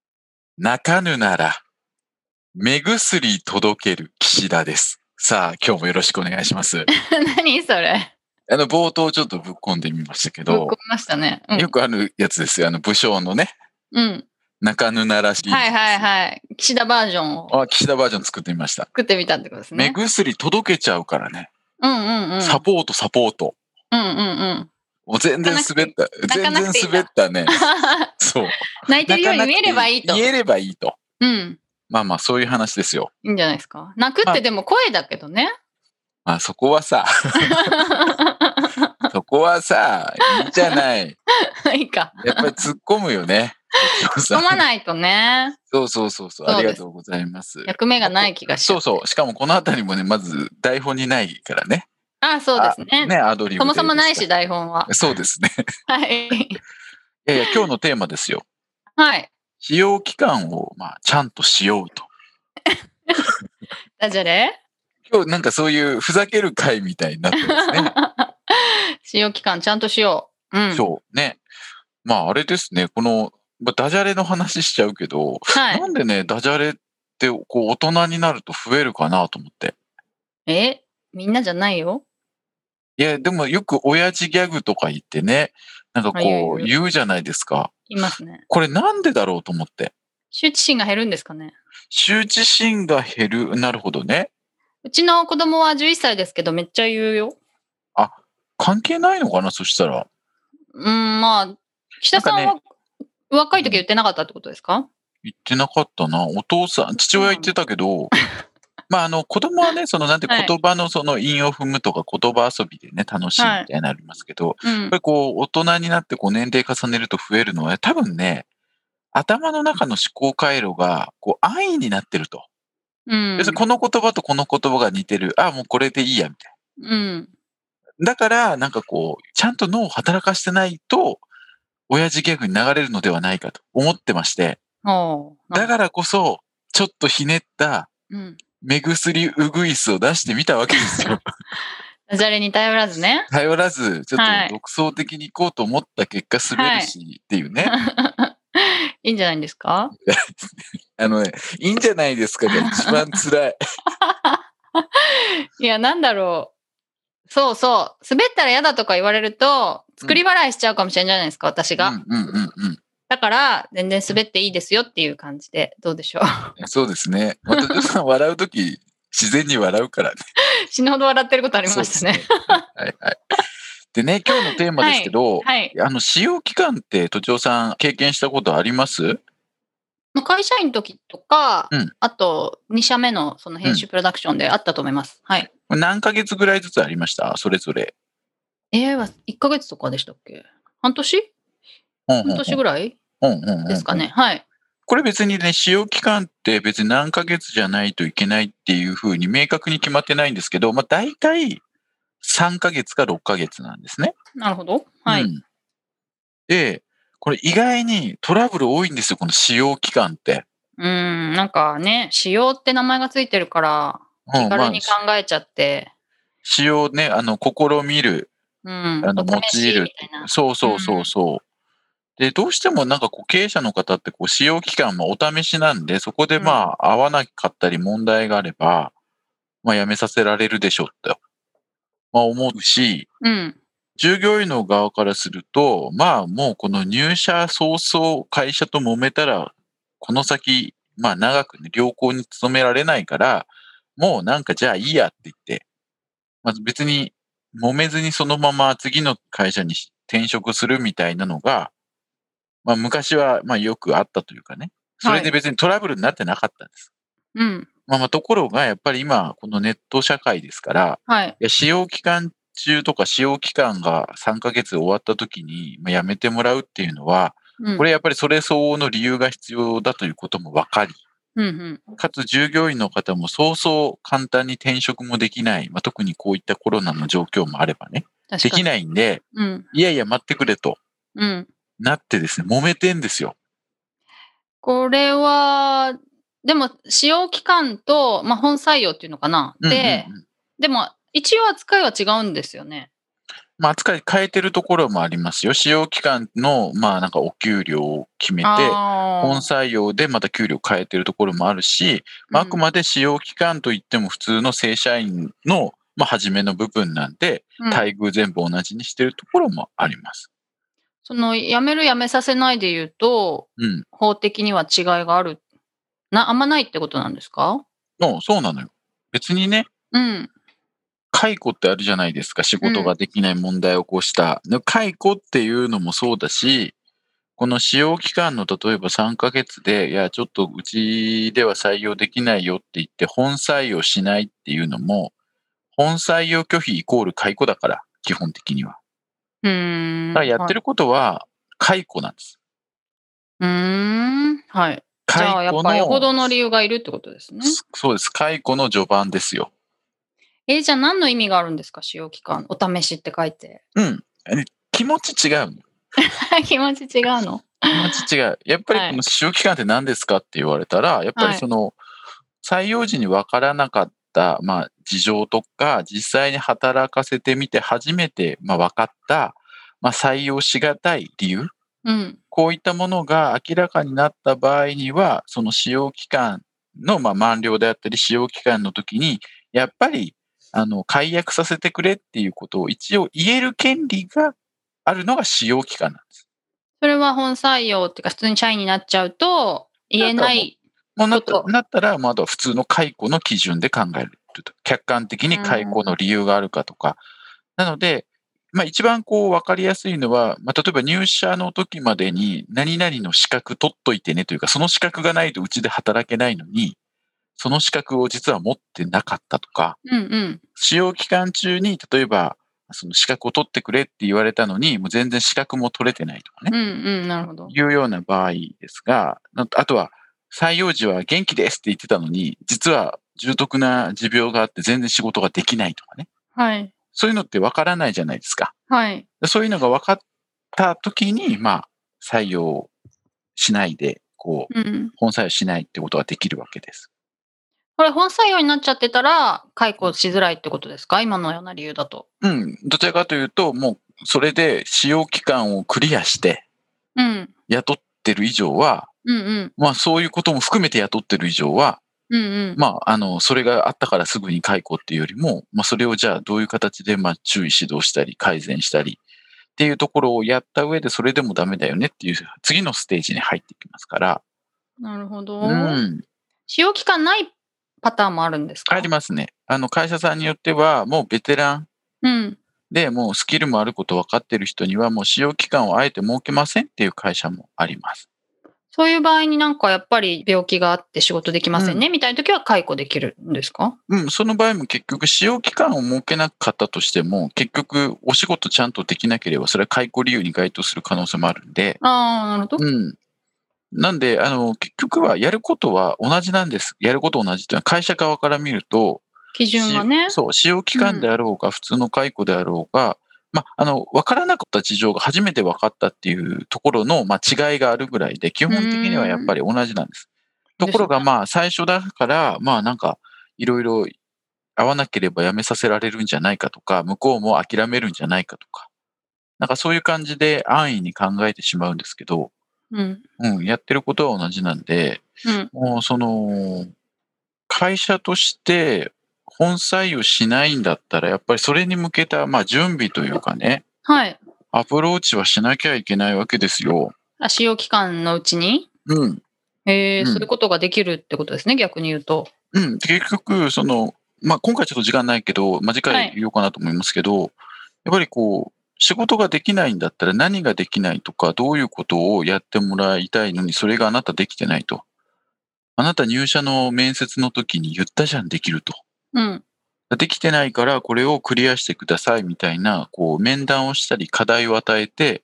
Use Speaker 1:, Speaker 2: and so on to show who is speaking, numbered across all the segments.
Speaker 1: 泣かぬなら、目薬届ける岸田です。さあ、今日もよろしくお願い します。
Speaker 2: 何それ
Speaker 1: あの、冒頭ちょっとぶっ込んでみましたけ
Speaker 2: ぶっ込み
Speaker 1: ど、
Speaker 2: ましたねうん
Speaker 1: よくあるやつですよ。あの、武将のね、
Speaker 2: うん
Speaker 1: 泣かぬならシリーズ
Speaker 2: はいはいはい岸田バージョンを
Speaker 1: あ、岸田バージョン作ってみました。
Speaker 2: 作ってみたってことです
Speaker 1: 目
Speaker 2: ね
Speaker 1: 薬届けちゃうからね。
Speaker 2: うんうんうん
Speaker 1: サポート、サポート。
Speaker 2: うんうんうん。
Speaker 1: もう全然滑った。
Speaker 2: 泣か
Speaker 1: 全
Speaker 2: な
Speaker 1: 然
Speaker 2: くていいんだ
Speaker 1: 滑ったね。そう。
Speaker 2: 泣いてるように見えればいいと。
Speaker 1: 泣かなくて言えればいいと。
Speaker 2: うん。
Speaker 1: まあまあ、そういう話ですよ。
Speaker 2: いいんじゃないですか。泣くってでも声だけどね。
Speaker 1: まあ、そこはさ、そこはさ、いいじゃない。
Speaker 2: いい か。
Speaker 1: やっぱり突っ込むよね。
Speaker 2: 飲まないとね、
Speaker 1: そうそうそうそ
Speaker 2: そう
Speaker 1: う。
Speaker 2: です
Speaker 1: ありがとうございます。
Speaker 2: 役目がない気がし
Speaker 1: そ
Speaker 2: ま
Speaker 1: う
Speaker 2: す。
Speaker 1: そう。しかもこのあたりもね、まず台本にないからね。
Speaker 2: ああ、そうですね。
Speaker 1: ね、アドリブ
Speaker 2: そ
Speaker 1: で
Speaker 2: もそもないし、。台本は。
Speaker 1: そうですね。
Speaker 2: はい。
Speaker 1: いやいや、今日のテーマですよ。
Speaker 2: はい。
Speaker 1: 使用期間を、まあ、ちゃんとしようと。
Speaker 2: ダジャレ
Speaker 1: 今日なんかそういうふざける会みたいになってますね。
Speaker 2: 使用期間ちゃんとしよう。うん。
Speaker 1: そう。ね。まあ、あれですね。この、まあダジャレの話しちゃうけど、
Speaker 2: はい
Speaker 1: な。んでね、ダジャレって、こう、大人になると増えるかなと思って。
Speaker 2: えみんなじゃないよ。
Speaker 1: いや、でもよく親父ギャグとか言ってね、なんか
Speaker 2: あ言う
Speaker 1: こう
Speaker 2: 言う
Speaker 1: 言うじゃないですか。
Speaker 2: いますね。
Speaker 1: これなんでだろうと思って。
Speaker 2: 羞恥心が減るんですかね。
Speaker 1: 羞恥心が減る。なるほどね。
Speaker 2: うちの子供は11歳ですけど、めっちゃ言うよ。
Speaker 1: 関係ないのかなそしたら。
Speaker 2: うん、まあ、岸田さん
Speaker 1: な
Speaker 2: は、若い時は言ってなかったってことですか、
Speaker 1: 言ってなかったな。お父さん、父親言ってたけ ど、まあ、あの、子供はね、その、なんて
Speaker 2: はい
Speaker 1: 言葉のその韻を踏むとか言葉遊びでね、楽しいみたいなのありますけど、
Speaker 2: うん
Speaker 1: やっぱ、りこう、大人になってこう、年齢重ねると増えるのは、多分ね、頭の中の思考回路が、こう、安易になってると。
Speaker 2: うん
Speaker 1: 要するにこの言葉とこの言葉が似てる。あ、もうこれでいいや、みたい
Speaker 2: うん。
Speaker 1: な。だから、なんかこう、ちゃんと脳を働かしてないと、親父ギャグに流れるのではないかと思ってまして、
Speaker 2: おう
Speaker 1: だからこそ、ちょっとひねった
Speaker 2: うん。
Speaker 1: 目薬うぐいすを出してみたわけで すよ。
Speaker 2: ダジャレに頼らずね。
Speaker 1: 頼らず、ちょ
Speaker 2: は
Speaker 1: っ
Speaker 2: い
Speaker 1: と独創的に行こうと思った結果滑るし、っていうね。
Speaker 2: いいんじゃないんですか
Speaker 1: あのね、いいんじゃないですか が一番辛い。
Speaker 2: いや、なんだろう。そうそう。滑ったら嫌だとか言われると、作り笑いしちゃうかもしれないじゃないですか、私
Speaker 1: うん
Speaker 2: が。
Speaker 1: うんうんうん。
Speaker 2: だから、全然滑っていいですよっていう感じで、どうで しょう。
Speaker 1: そうですね。また、ちょっと笑うとき、自然に笑うからね
Speaker 2: 死ぬほど笑ってることありましたね。
Speaker 1: そうですね。はいはい。でね、今日のテーマですけど、
Speaker 2: はい。
Speaker 1: あの、使用期間って、都庁さん経験したことあります
Speaker 2: まあ会社員の時とか、
Speaker 1: うん
Speaker 2: あと、2社目のその編集プロダクションであったと思います。はい。
Speaker 1: 何ヶ月ぐらいずつありましたそれぞれ。
Speaker 2: AI は1ヶ月とかでしたっけ半年
Speaker 1: 半
Speaker 2: 半年ぐらいですか。
Speaker 1: うんうんうん
Speaker 2: ね。はい。
Speaker 1: これ別にね、使用期間って別に何ヶ月じゃないといけないっていうふうに明確に決まってないんですけど、まあ大体3ヶ月か6ヶ月なんですね。
Speaker 2: なるほど。はい。
Speaker 1: うんで、これ意外にトラブル多いんですよ、この使用期間って。
Speaker 2: うーん、なんかね、使用って名前がついてるから、
Speaker 1: う
Speaker 2: 気
Speaker 1: ん
Speaker 2: 軽に考えちゃって、
Speaker 1: 使用ね、あの、試みる、
Speaker 2: うん、
Speaker 1: あの
Speaker 2: お試し
Speaker 1: 用いる
Speaker 2: みたいな。
Speaker 1: そうそうそうそう。で、どうしてもなんかこう経営者の方ってこう使用期間もお試しなんで、そこでまあ合わなかったり問題があれば、まあ辞めさせられるでしょうと、まあ思うし、
Speaker 2: うん、
Speaker 1: 従業員の側からすると、まあもうこの入社早々会社と揉めたら、この先、まあ長くね、良好に勤められないから、もうなんかじゃあいいやって言って、まず別に揉めずにそのまま次の会社に転職するみたいなのが、まあ昔はまあよくあったというかね。それで別にトラブルになってなかったんです。
Speaker 2: うん、
Speaker 1: まあまあところがやっぱり今このネット社会ですから、
Speaker 2: はい。
Speaker 1: いや使用期間中とか使用期間が3ヶ月終わった時にまあやめてもらうっていうのは、
Speaker 3: うん
Speaker 1: これやっぱりそれ相応の理由が必要だということも分かり、
Speaker 3: うんうん
Speaker 1: かつ従業員の方もそうそう簡単に転職もできない、まあ、特にこういったコロナの状況もあればね、で
Speaker 3: 確か
Speaker 1: き
Speaker 3: に。
Speaker 1: ないんで、
Speaker 3: うん
Speaker 1: いやいや待ってくれと
Speaker 3: うん。
Speaker 1: なってですね、揉めてんですよ。
Speaker 3: これは、でも使用期間と、まあ、本採用っていうのかな。
Speaker 1: うんうんうん
Speaker 3: で、でも一応扱いは違うんですよね。
Speaker 1: まあ、扱い変えてるところもありますよ。使用期間の、まあなんかお給料を決めて、
Speaker 3: あ
Speaker 1: 本
Speaker 3: ー
Speaker 1: 採用でまた給料変えてるところもあるし、まあ、あくまで使用期間といっても普通の正社員の、まあ、初めの部分なんで、
Speaker 3: うん
Speaker 1: 待遇全部同じにしてるところもあります。
Speaker 3: その辞める辞めさせないで言うと
Speaker 1: うん。
Speaker 3: 法的には違いがあるなあんまないってことなんですか
Speaker 1: うんそうなのよ。別にね、
Speaker 3: うん
Speaker 1: 解雇ってあるじゃないですか。仕事ができない問題を起こした。で解雇っていうのもそうだし、この使用期間の例えば3ヶ月で、いや、ちょっとうちでは採用できないよって言って、本採用しないっていうのも、本採用拒否イコール解雇だから、基本的には。
Speaker 3: うーん
Speaker 1: だからやって
Speaker 3: る
Speaker 1: ることは解雇なんです。
Speaker 3: うーんはいじ
Speaker 1: 解
Speaker 3: ゃあや
Speaker 1: 雇
Speaker 3: っ
Speaker 1: の
Speaker 3: ぱよほどの理由がいるってことですね
Speaker 1: そうです。解雇の序盤ですよ。
Speaker 3: えーじゃあ何の意味があるんですか使用期間お試しって書いて
Speaker 1: うん。気持ち違うの。
Speaker 3: 気持ち違うの
Speaker 1: 気持ち違う。やっぱり
Speaker 3: はい
Speaker 1: この使用期間って何ですかって言われたら、やっぱりその、採用時に分からなかった、まあ、事情とか、実際に働かせてみて初めて、まあ、分かった、まあ、採用しがたい理由
Speaker 3: うん
Speaker 1: こういったものが明らかになった場合には、その使用期間のまあ満了であったり、使用期間の時に、やっぱり、あの、解約させてくれっていうことを一応言える権利があるのが使用期間なんです。
Speaker 3: それは本採用っていうか普通に社員になっちゃうと言えない
Speaker 1: もうなっ
Speaker 3: ちょ
Speaker 1: た
Speaker 3: っと
Speaker 1: なったら、まだ普通の解雇の基準で考えると。客観的に解雇の理由があるかとか。なので、まあ一番こう分かりやすいのは、まあ例えば入社の時までに何々の資格取っといてねというか、その資格がないとうちで働けないのに、その資格を実は持ってなかったとか、
Speaker 3: うんうん
Speaker 1: 使用期間中に例えばその資格を取ってくれって言われたのに、もう全然資格も取れてないとかね
Speaker 3: うん。うんなるほど
Speaker 1: いうような場合ですが、なあとは採用時は元気ですって言ってたのに、実は重篤な持病があって全然仕事ができないとかね。
Speaker 3: はい
Speaker 1: そういうのってわからないじゃないですか。
Speaker 3: はい
Speaker 1: でそういうのが分かった時に、まあ、採用しないで、こう、
Speaker 3: うん
Speaker 1: 本採用しないってことができるわけです。
Speaker 3: これ本採用になっちゃってたら解雇しづらいってことですか今のような理由だと。
Speaker 1: うん。どちらかというと、もう、それで使用期間をクリアして
Speaker 3: うん。
Speaker 1: 雇ってる以上は、
Speaker 3: うんうん。
Speaker 1: まあ、そういうことも含めて雇ってる以上は、
Speaker 3: うんうん。
Speaker 1: まあ、あの、それがあったからすぐに解雇っていうよりも、まあ、それをじゃあどういう形で、まあ、注意指導したり、改善したり、っていうところをやった上で、それでもダメだよねっていう、次のステージに入っていきますから。
Speaker 3: なるほど、
Speaker 1: うん。
Speaker 3: 使用期間ないパターンもあるんですか
Speaker 1: ありますね。あの、会社さんによっては、もうベテラン
Speaker 3: うん。
Speaker 1: で、もうスキルもあること分かってる人には、もう使用期間をあえて設けませんっていう会社もあります。
Speaker 3: そういう場合になんかやっぱり病気があって仕事できませんね、みたいな時は解雇できるんですか
Speaker 1: うん、その場合も結局、使用期間を設けなかったとしても、結局、お仕事ちゃんとできなければ、それは解雇理由に該当する可能性もあるんで、
Speaker 3: ああ、なるほど。
Speaker 1: うん。なんで、あの、結局はやることは同じなんです。やること同じっていうのは会社側から見ると、
Speaker 3: 基準がね
Speaker 1: し。そう、使用期間であろうが、普通の解雇であろうが、まあ、あの、分からなかった事情が初めて分かったっていうところの、まあ、違いがあるぐらいで、基本的にはやっぱり同じなんです。
Speaker 3: うん
Speaker 1: ところが、
Speaker 3: ですね
Speaker 1: まあ、最初だから、まあ、なんか、いろいろ合わなければ辞めさせられるんじゃないかとか、向こうも諦めるんじゃないかとか、なんかそういう感じで安易に考えてしまうんですけど、
Speaker 3: うん。
Speaker 1: うん、やってることは同じなんで、
Speaker 3: うん。
Speaker 1: もうその、会社として本採用しないんだったら、やっぱりそれに向けた、まあ、準備というかね、
Speaker 3: はい。
Speaker 1: アプローチはしなきゃいけないわけですよ。
Speaker 3: あ使用期間のうちに、
Speaker 1: うん。
Speaker 3: えー
Speaker 1: うん
Speaker 3: そういうことができるってことですね、逆に言うと。
Speaker 1: うん。結局、その、まあ、今回ちょっと時間ないけど、まあ、次
Speaker 3: はい
Speaker 1: 回言おうかなと思いますけど、やっぱりこう、仕事ができないんだったら何ができないとか、どういうことをやってもらいたいのに、それがあなたできてないと。あなた入社の面接の時に言ったじゃん、できると。
Speaker 3: うん。
Speaker 1: できてないからこれをクリアしてくださいみたいな、こう面談をしたり課題を与えて、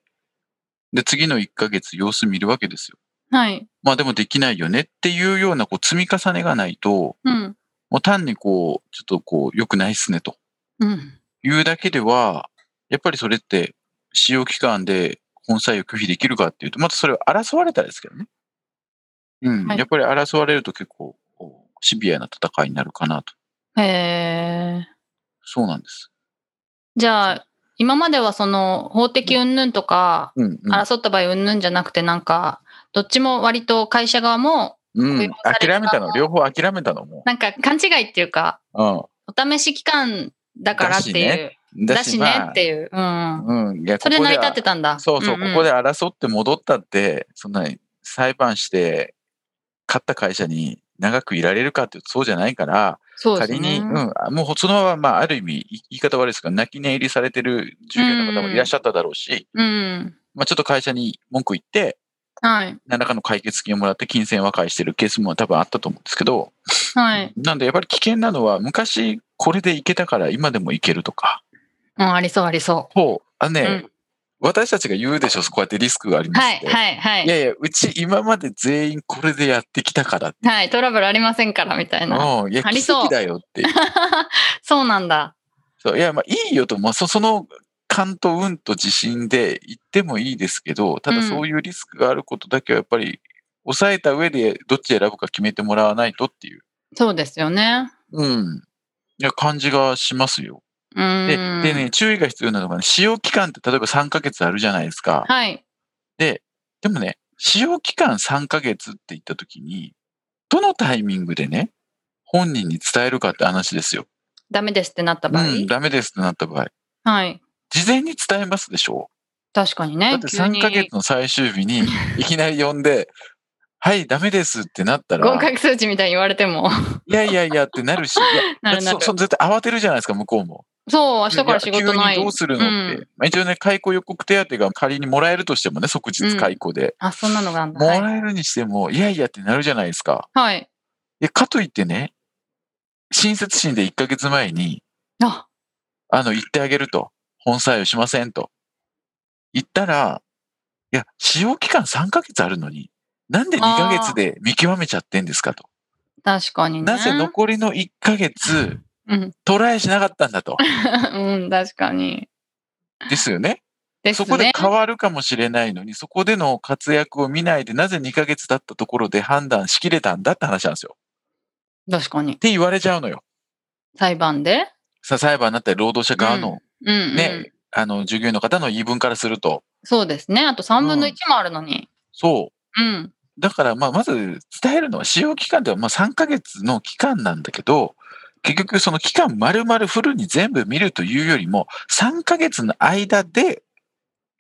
Speaker 1: で、次の1ヶ月様子見るわけですよ。
Speaker 3: はい。
Speaker 1: まあでもできないよねっていうようなこう積み重ねがないと、
Speaker 3: うん。
Speaker 1: もう単にこう、ちょっとこう、良くないっすねと
Speaker 3: うん。
Speaker 1: いうだけでは、やっぱりそれって使用期間で本採用拒否できるかっていうと、またそれを争われたらですけどね。うん。
Speaker 3: はい
Speaker 1: やっぱり争われると結構こうシビアな戦いになるかなと。
Speaker 3: へえ。
Speaker 1: そうなんです。
Speaker 3: じゃあ、今まではその法的云々とか、
Speaker 1: うん、うん。
Speaker 3: 争った場合云々じゃなくて、なんか、どっちも割と会社側も、
Speaker 1: うん、
Speaker 3: 雇用される
Speaker 1: 諦めたの、両方諦めたのも
Speaker 3: なんか勘違いっていうか、
Speaker 1: う。
Speaker 3: お試し期間だからっていう。
Speaker 1: うん。
Speaker 3: だしね
Speaker 1: まあ
Speaker 3: っていう。うん。
Speaker 1: うん。いや、
Speaker 3: それ
Speaker 1: ここ
Speaker 3: 成
Speaker 1: で
Speaker 3: り立ってたんだ。
Speaker 1: そうそう、
Speaker 3: んん
Speaker 1: ここで争って戻ったって、そんなに裁判して、勝った会社に長くいられるかっていうとそうじゃないから、
Speaker 3: そうですね
Speaker 1: 仮に、うん、もうそのまま、まあ、ある意味、い言い方悪いですが、泣き寝入りされてる従業員の方もいらっしゃっただろうし、
Speaker 3: うん。
Speaker 1: まあ、ちょっと会社に文句言って、
Speaker 3: はい。
Speaker 1: 何らかの解決金をもらって金銭和解してるケースも多分あったと思うんですけど、
Speaker 3: はい。
Speaker 1: なんでやっぱり危険なのは、昔これでいけたから今でもいけるとか、
Speaker 3: うん、ありそうありそ
Speaker 1: そう、あのね、
Speaker 3: うん
Speaker 1: 私たちが言うでしょ、こうやってリスクがあり
Speaker 3: う。
Speaker 1: ますっ
Speaker 3: は
Speaker 1: て。
Speaker 3: い、はい、はい
Speaker 1: や
Speaker 3: い。
Speaker 1: いや、うち今まで全員これでやってきたからって。
Speaker 3: はい、トラブルありませんから、みたいな。
Speaker 1: うん、いや、
Speaker 3: あり
Speaker 1: 奇
Speaker 3: そう
Speaker 1: 跡だよっていう。
Speaker 3: そうなんだ。
Speaker 1: そういや、まあいいよと、まあそその勘と運と自信で言ってもいいですけど、ただ
Speaker 3: うん
Speaker 1: そういうリスクがあることだけはやっぱり抑えた上でどっち選ぶか決めてもらわないとっていう、
Speaker 3: そうですよね。
Speaker 1: うん、いや感じがしますよ。
Speaker 3: うーん。
Speaker 1: ででね、注意が必要なのがね、使用期間って例えば3ヶ月あるじゃないですか。
Speaker 3: はい。
Speaker 1: でもね、使用期間3ヶ月って言ったときに、どのタイミングでね、本人に伝えるかって話ですよ。
Speaker 3: ダメですってなった場合。
Speaker 1: うん、ダメですってなった場合。
Speaker 3: はい。
Speaker 1: 事前に伝えますでしょ
Speaker 3: 確かに
Speaker 1: だ
Speaker 3: ね
Speaker 1: っ。て
Speaker 3: 急に
Speaker 1: 3ヶ月の最終日 にいきなり呼んで、はい、ダメですってなった
Speaker 3: 合
Speaker 1: ら、
Speaker 3: 格数値みたいに言われ ても。
Speaker 1: いやいやいやってなるし、いや
Speaker 3: な
Speaker 1: だっ
Speaker 3: る
Speaker 1: て
Speaker 3: なる
Speaker 1: そ。そ絶対慌てるじゃないですか、向こうも。
Speaker 3: そう、明日から仕事な
Speaker 1: や急に
Speaker 3: い
Speaker 1: どう。するのって。
Speaker 3: うん
Speaker 1: まあ一応ね、解雇予告手当が仮にもらえるとしてもね、即日解雇で。
Speaker 3: あ、そんなのがあるんだ。
Speaker 1: も
Speaker 3: はい。
Speaker 1: らえるにしても、いやいやってなるじゃないですか。
Speaker 3: はい。
Speaker 1: で、かといってね、親切心で1ヶ月前に、
Speaker 3: あ、
Speaker 1: あの、言ってあげると。本採用しませんと。言ったら、いや、使用期間3ヶ月あるのに、なんで2ヶ月で見極めちゃってんですかと。
Speaker 3: 確かにね。
Speaker 1: なぜ残りの1ヶ月、
Speaker 3: うん。
Speaker 1: トライしなかったんだと。
Speaker 3: うん、確かに。
Speaker 1: ですよね。
Speaker 3: で
Speaker 1: そ
Speaker 3: すね。
Speaker 1: こで変わるかもしれないのに、そこでの活躍を見ないで、なぜ2ヶ月だったところで判断しきれたんだって話なんですよ。っ
Speaker 3: 確かに。
Speaker 1: て言われちゃうのよ。
Speaker 3: 裁判で
Speaker 1: さあ、裁判になったり、労働者側の、
Speaker 3: うん、うん。
Speaker 1: ね、あの、従業員の方の言い分からすると。
Speaker 3: そうですね。あと3分の1もあるのに。
Speaker 1: そう。
Speaker 3: うん。
Speaker 1: だから、まあ、まず伝えるのは、使用期間ではまあ3ヶ月の期間なんだけど、結局その期間丸々フルに全部見るというよりも、3ヶ月の間で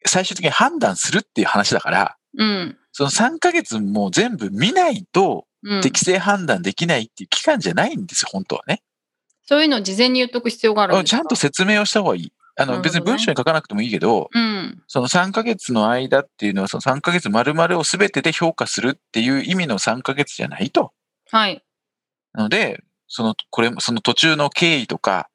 Speaker 1: 最終的に判断するっていう話だから、
Speaker 3: うん。
Speaker 1: その3ヶ月も全部見ないと
Speaker 3: うん、
Speaker 1: 適正判断できないっていう期間じゃないんですよ、本当はね。
Speaker 3: そういうのを事前に言っとく必要があるんです
Speaker 1: ちゃんと説明をした方がいい。あ
Speaker 3: なる
Speaker 1: の、
Speaker 3: ほど
Speaker 1: 別
Speaker 3: ね
Speaker 1: に文章に書かなくてもいいけど、
Speaker 3: うん。
Speaker 1: その3ヶ月の間っていうのは、その3ヶ月丸々を全てで評価するっていう意味の3ヶ月じゃないと。
Speaker 3: はい。
Speaker 1: なので、その、これ、その途中の経緯とか、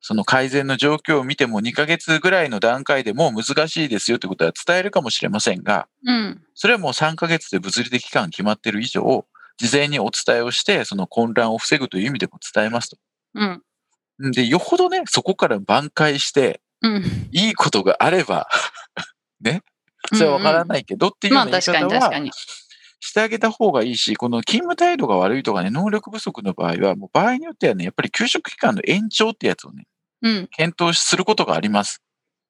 Speaker 1: その改善の状況を見ても2ヶ月ぐらいの段階でもう難しいですよってことは伝えるかもしれませんが、
Speaker 3: うん。
Speaker 1: それはもう3ヶ月で物理的期間決まってる以上、事前にお伝えをして、その混乱を防ぐという意味でも伝えますと。
Speaker 3: うん。
Speaker 1: んで、よほどね、そこから挽回して、
Speaker 3: うん。
Speaker 1: いいことがあれば、 ね、それはわからないけどっていうよ
Speaker 3: ま
Speaker 1: う
Speaker 3: あ
Speaker 1: な言い
Speaker 3: 確
Speaker 1: 方
Speaker 3: かに確
Speaker 1: は
Speaker 3: かに。
Speaker 1: してあげた方がいいし、この勤務態度が悪いとかね、能力不足の場合は、もう場合によってはね、やっぱり休職期間の延長ってやつをね、
Speaker 3: うん。
Speaker 1: 検討することがあります。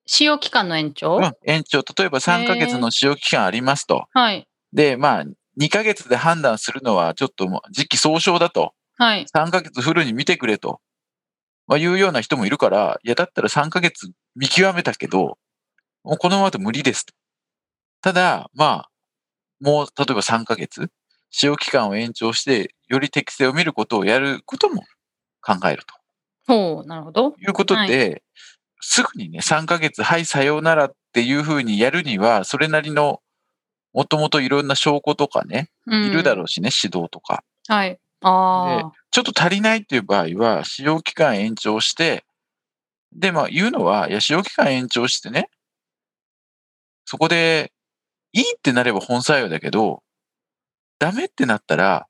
Speaker 3: 使用期間の延長、
Speaker 1: うん、延長、例えば3ヶ月の使用期間ありますと。
Speaker 3: はい。
Speaker 1: で、まあ、2ヶ月で判断するのはちょっともう時期尚早だと。
Speaker 3: はい。
Speaker 1: 3ヶ月フルに見てくれと。まあ、いうような人もいるから、いや、だったら3ヶ月見極めたけど、もうこのままだと無理ですと。ただ、まあ、もう、例えば3ヶ月、使用期間を延長して、より適性を見ることをやることも考えると
Speaker 3: ほう、なるほど。
Speaker 1: いうことで、すぐにね、3ヶ月、はい、さようならっていうふうにやるには、それなりの、もともといろんな証拠とかね、
Speaker 3: うん
Speaker 1: いるだろうしね、指導とか。
Speaker 3: はい。ああ。
Speaker 1: ちょっと足りないっていう場合は、使用期間延長して、で、まあ言うのは、いや、使用期間延長してね、そこでいいってなれば本採用だけど、ダメってなったら、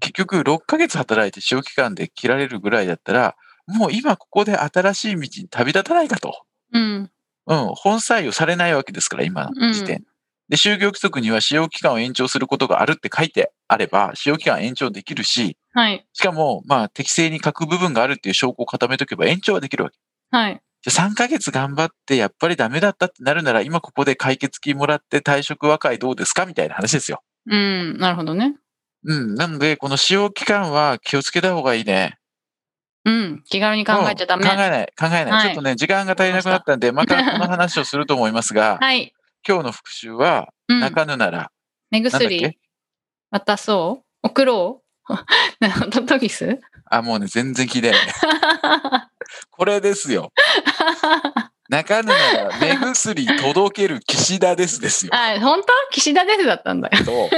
Speaker 1: 結局6ヶ月働いて使用期間で切られるぐらいだったら、もう今ここで新しい道に旅立たないかと。
Speaker 3: うん。
Speaker 1: うん、本採用されないわけですから、今の時点。
Speaker 3: う
Speaker 1: で、就業規則には使用期間を延長することがあるって書いてあれば、使用期間延長できるし、
Speaker 3: はい。
Speaker 1: しかも、まあ、適正に書く部分があるっていう証拠を固めとけば延長はできるわけ。
Speaker 3: はい。
Speaker 1: じゃあ3ヶ月頑張って、やっぱりダメだったってなるなら、今ここで解決金もらって退職和解どうですかみたいな話ですよ。
Speaker 3: うん。なるほどね。
Speaker 1: うん。なので、この使用期間は気をつけた方がいいね。
Speaker 3: うん。気軽に考えちゃダ
Speaker 1: うん考え
Speaker 3: メ。
Speaker 1: ない、考えない。
Speaker 3: はい
Speaker 1: ちょっとね、時間が足りなくなったんで、またこの話をすると思いますが、
Speaker 3: はい。
Speaker 1: 今日の復習は、
Speaker 3: うん
Speaker 1: 泣。かぬなら、
Speaker 3: 目
Speaker 1: なんだっ
Speaker 3: 薬渡そう送ろう なトトギス
Speaker 1: あ、もうね、全然聞いてないね。これですよ。泣かぬなら、目薬届ける岸田ですですよ。
Speaker 3: あ、本当岸田ですだったんだよ。
Speaker 1: と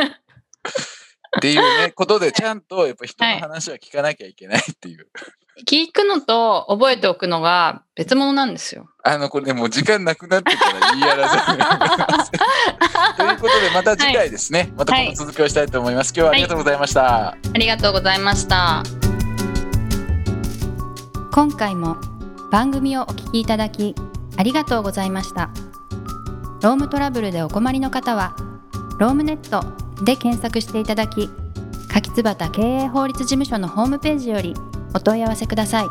Speaker 1: っていうね、ことで、ちゃんとやっぱ人の話は聞かなきゃいけないっていう。
Speaker 3: 聞くのと覚えておくのが別物なんで すよ。
Speaker 1: あの、これね、もう時間なくなってから言いやらせてもらい ますということで、また次回ですね、またこの続きをしたいと思います。今日はありがとうございました。
Speaker 3: ありがとうございました。
Speaker 2: 今回も番組をお聞きいただきありがとうございましたロームトラブルでお困りの方はロームネットで検索していただき柿椿経営法律事務所のホームページよりお問い合わせください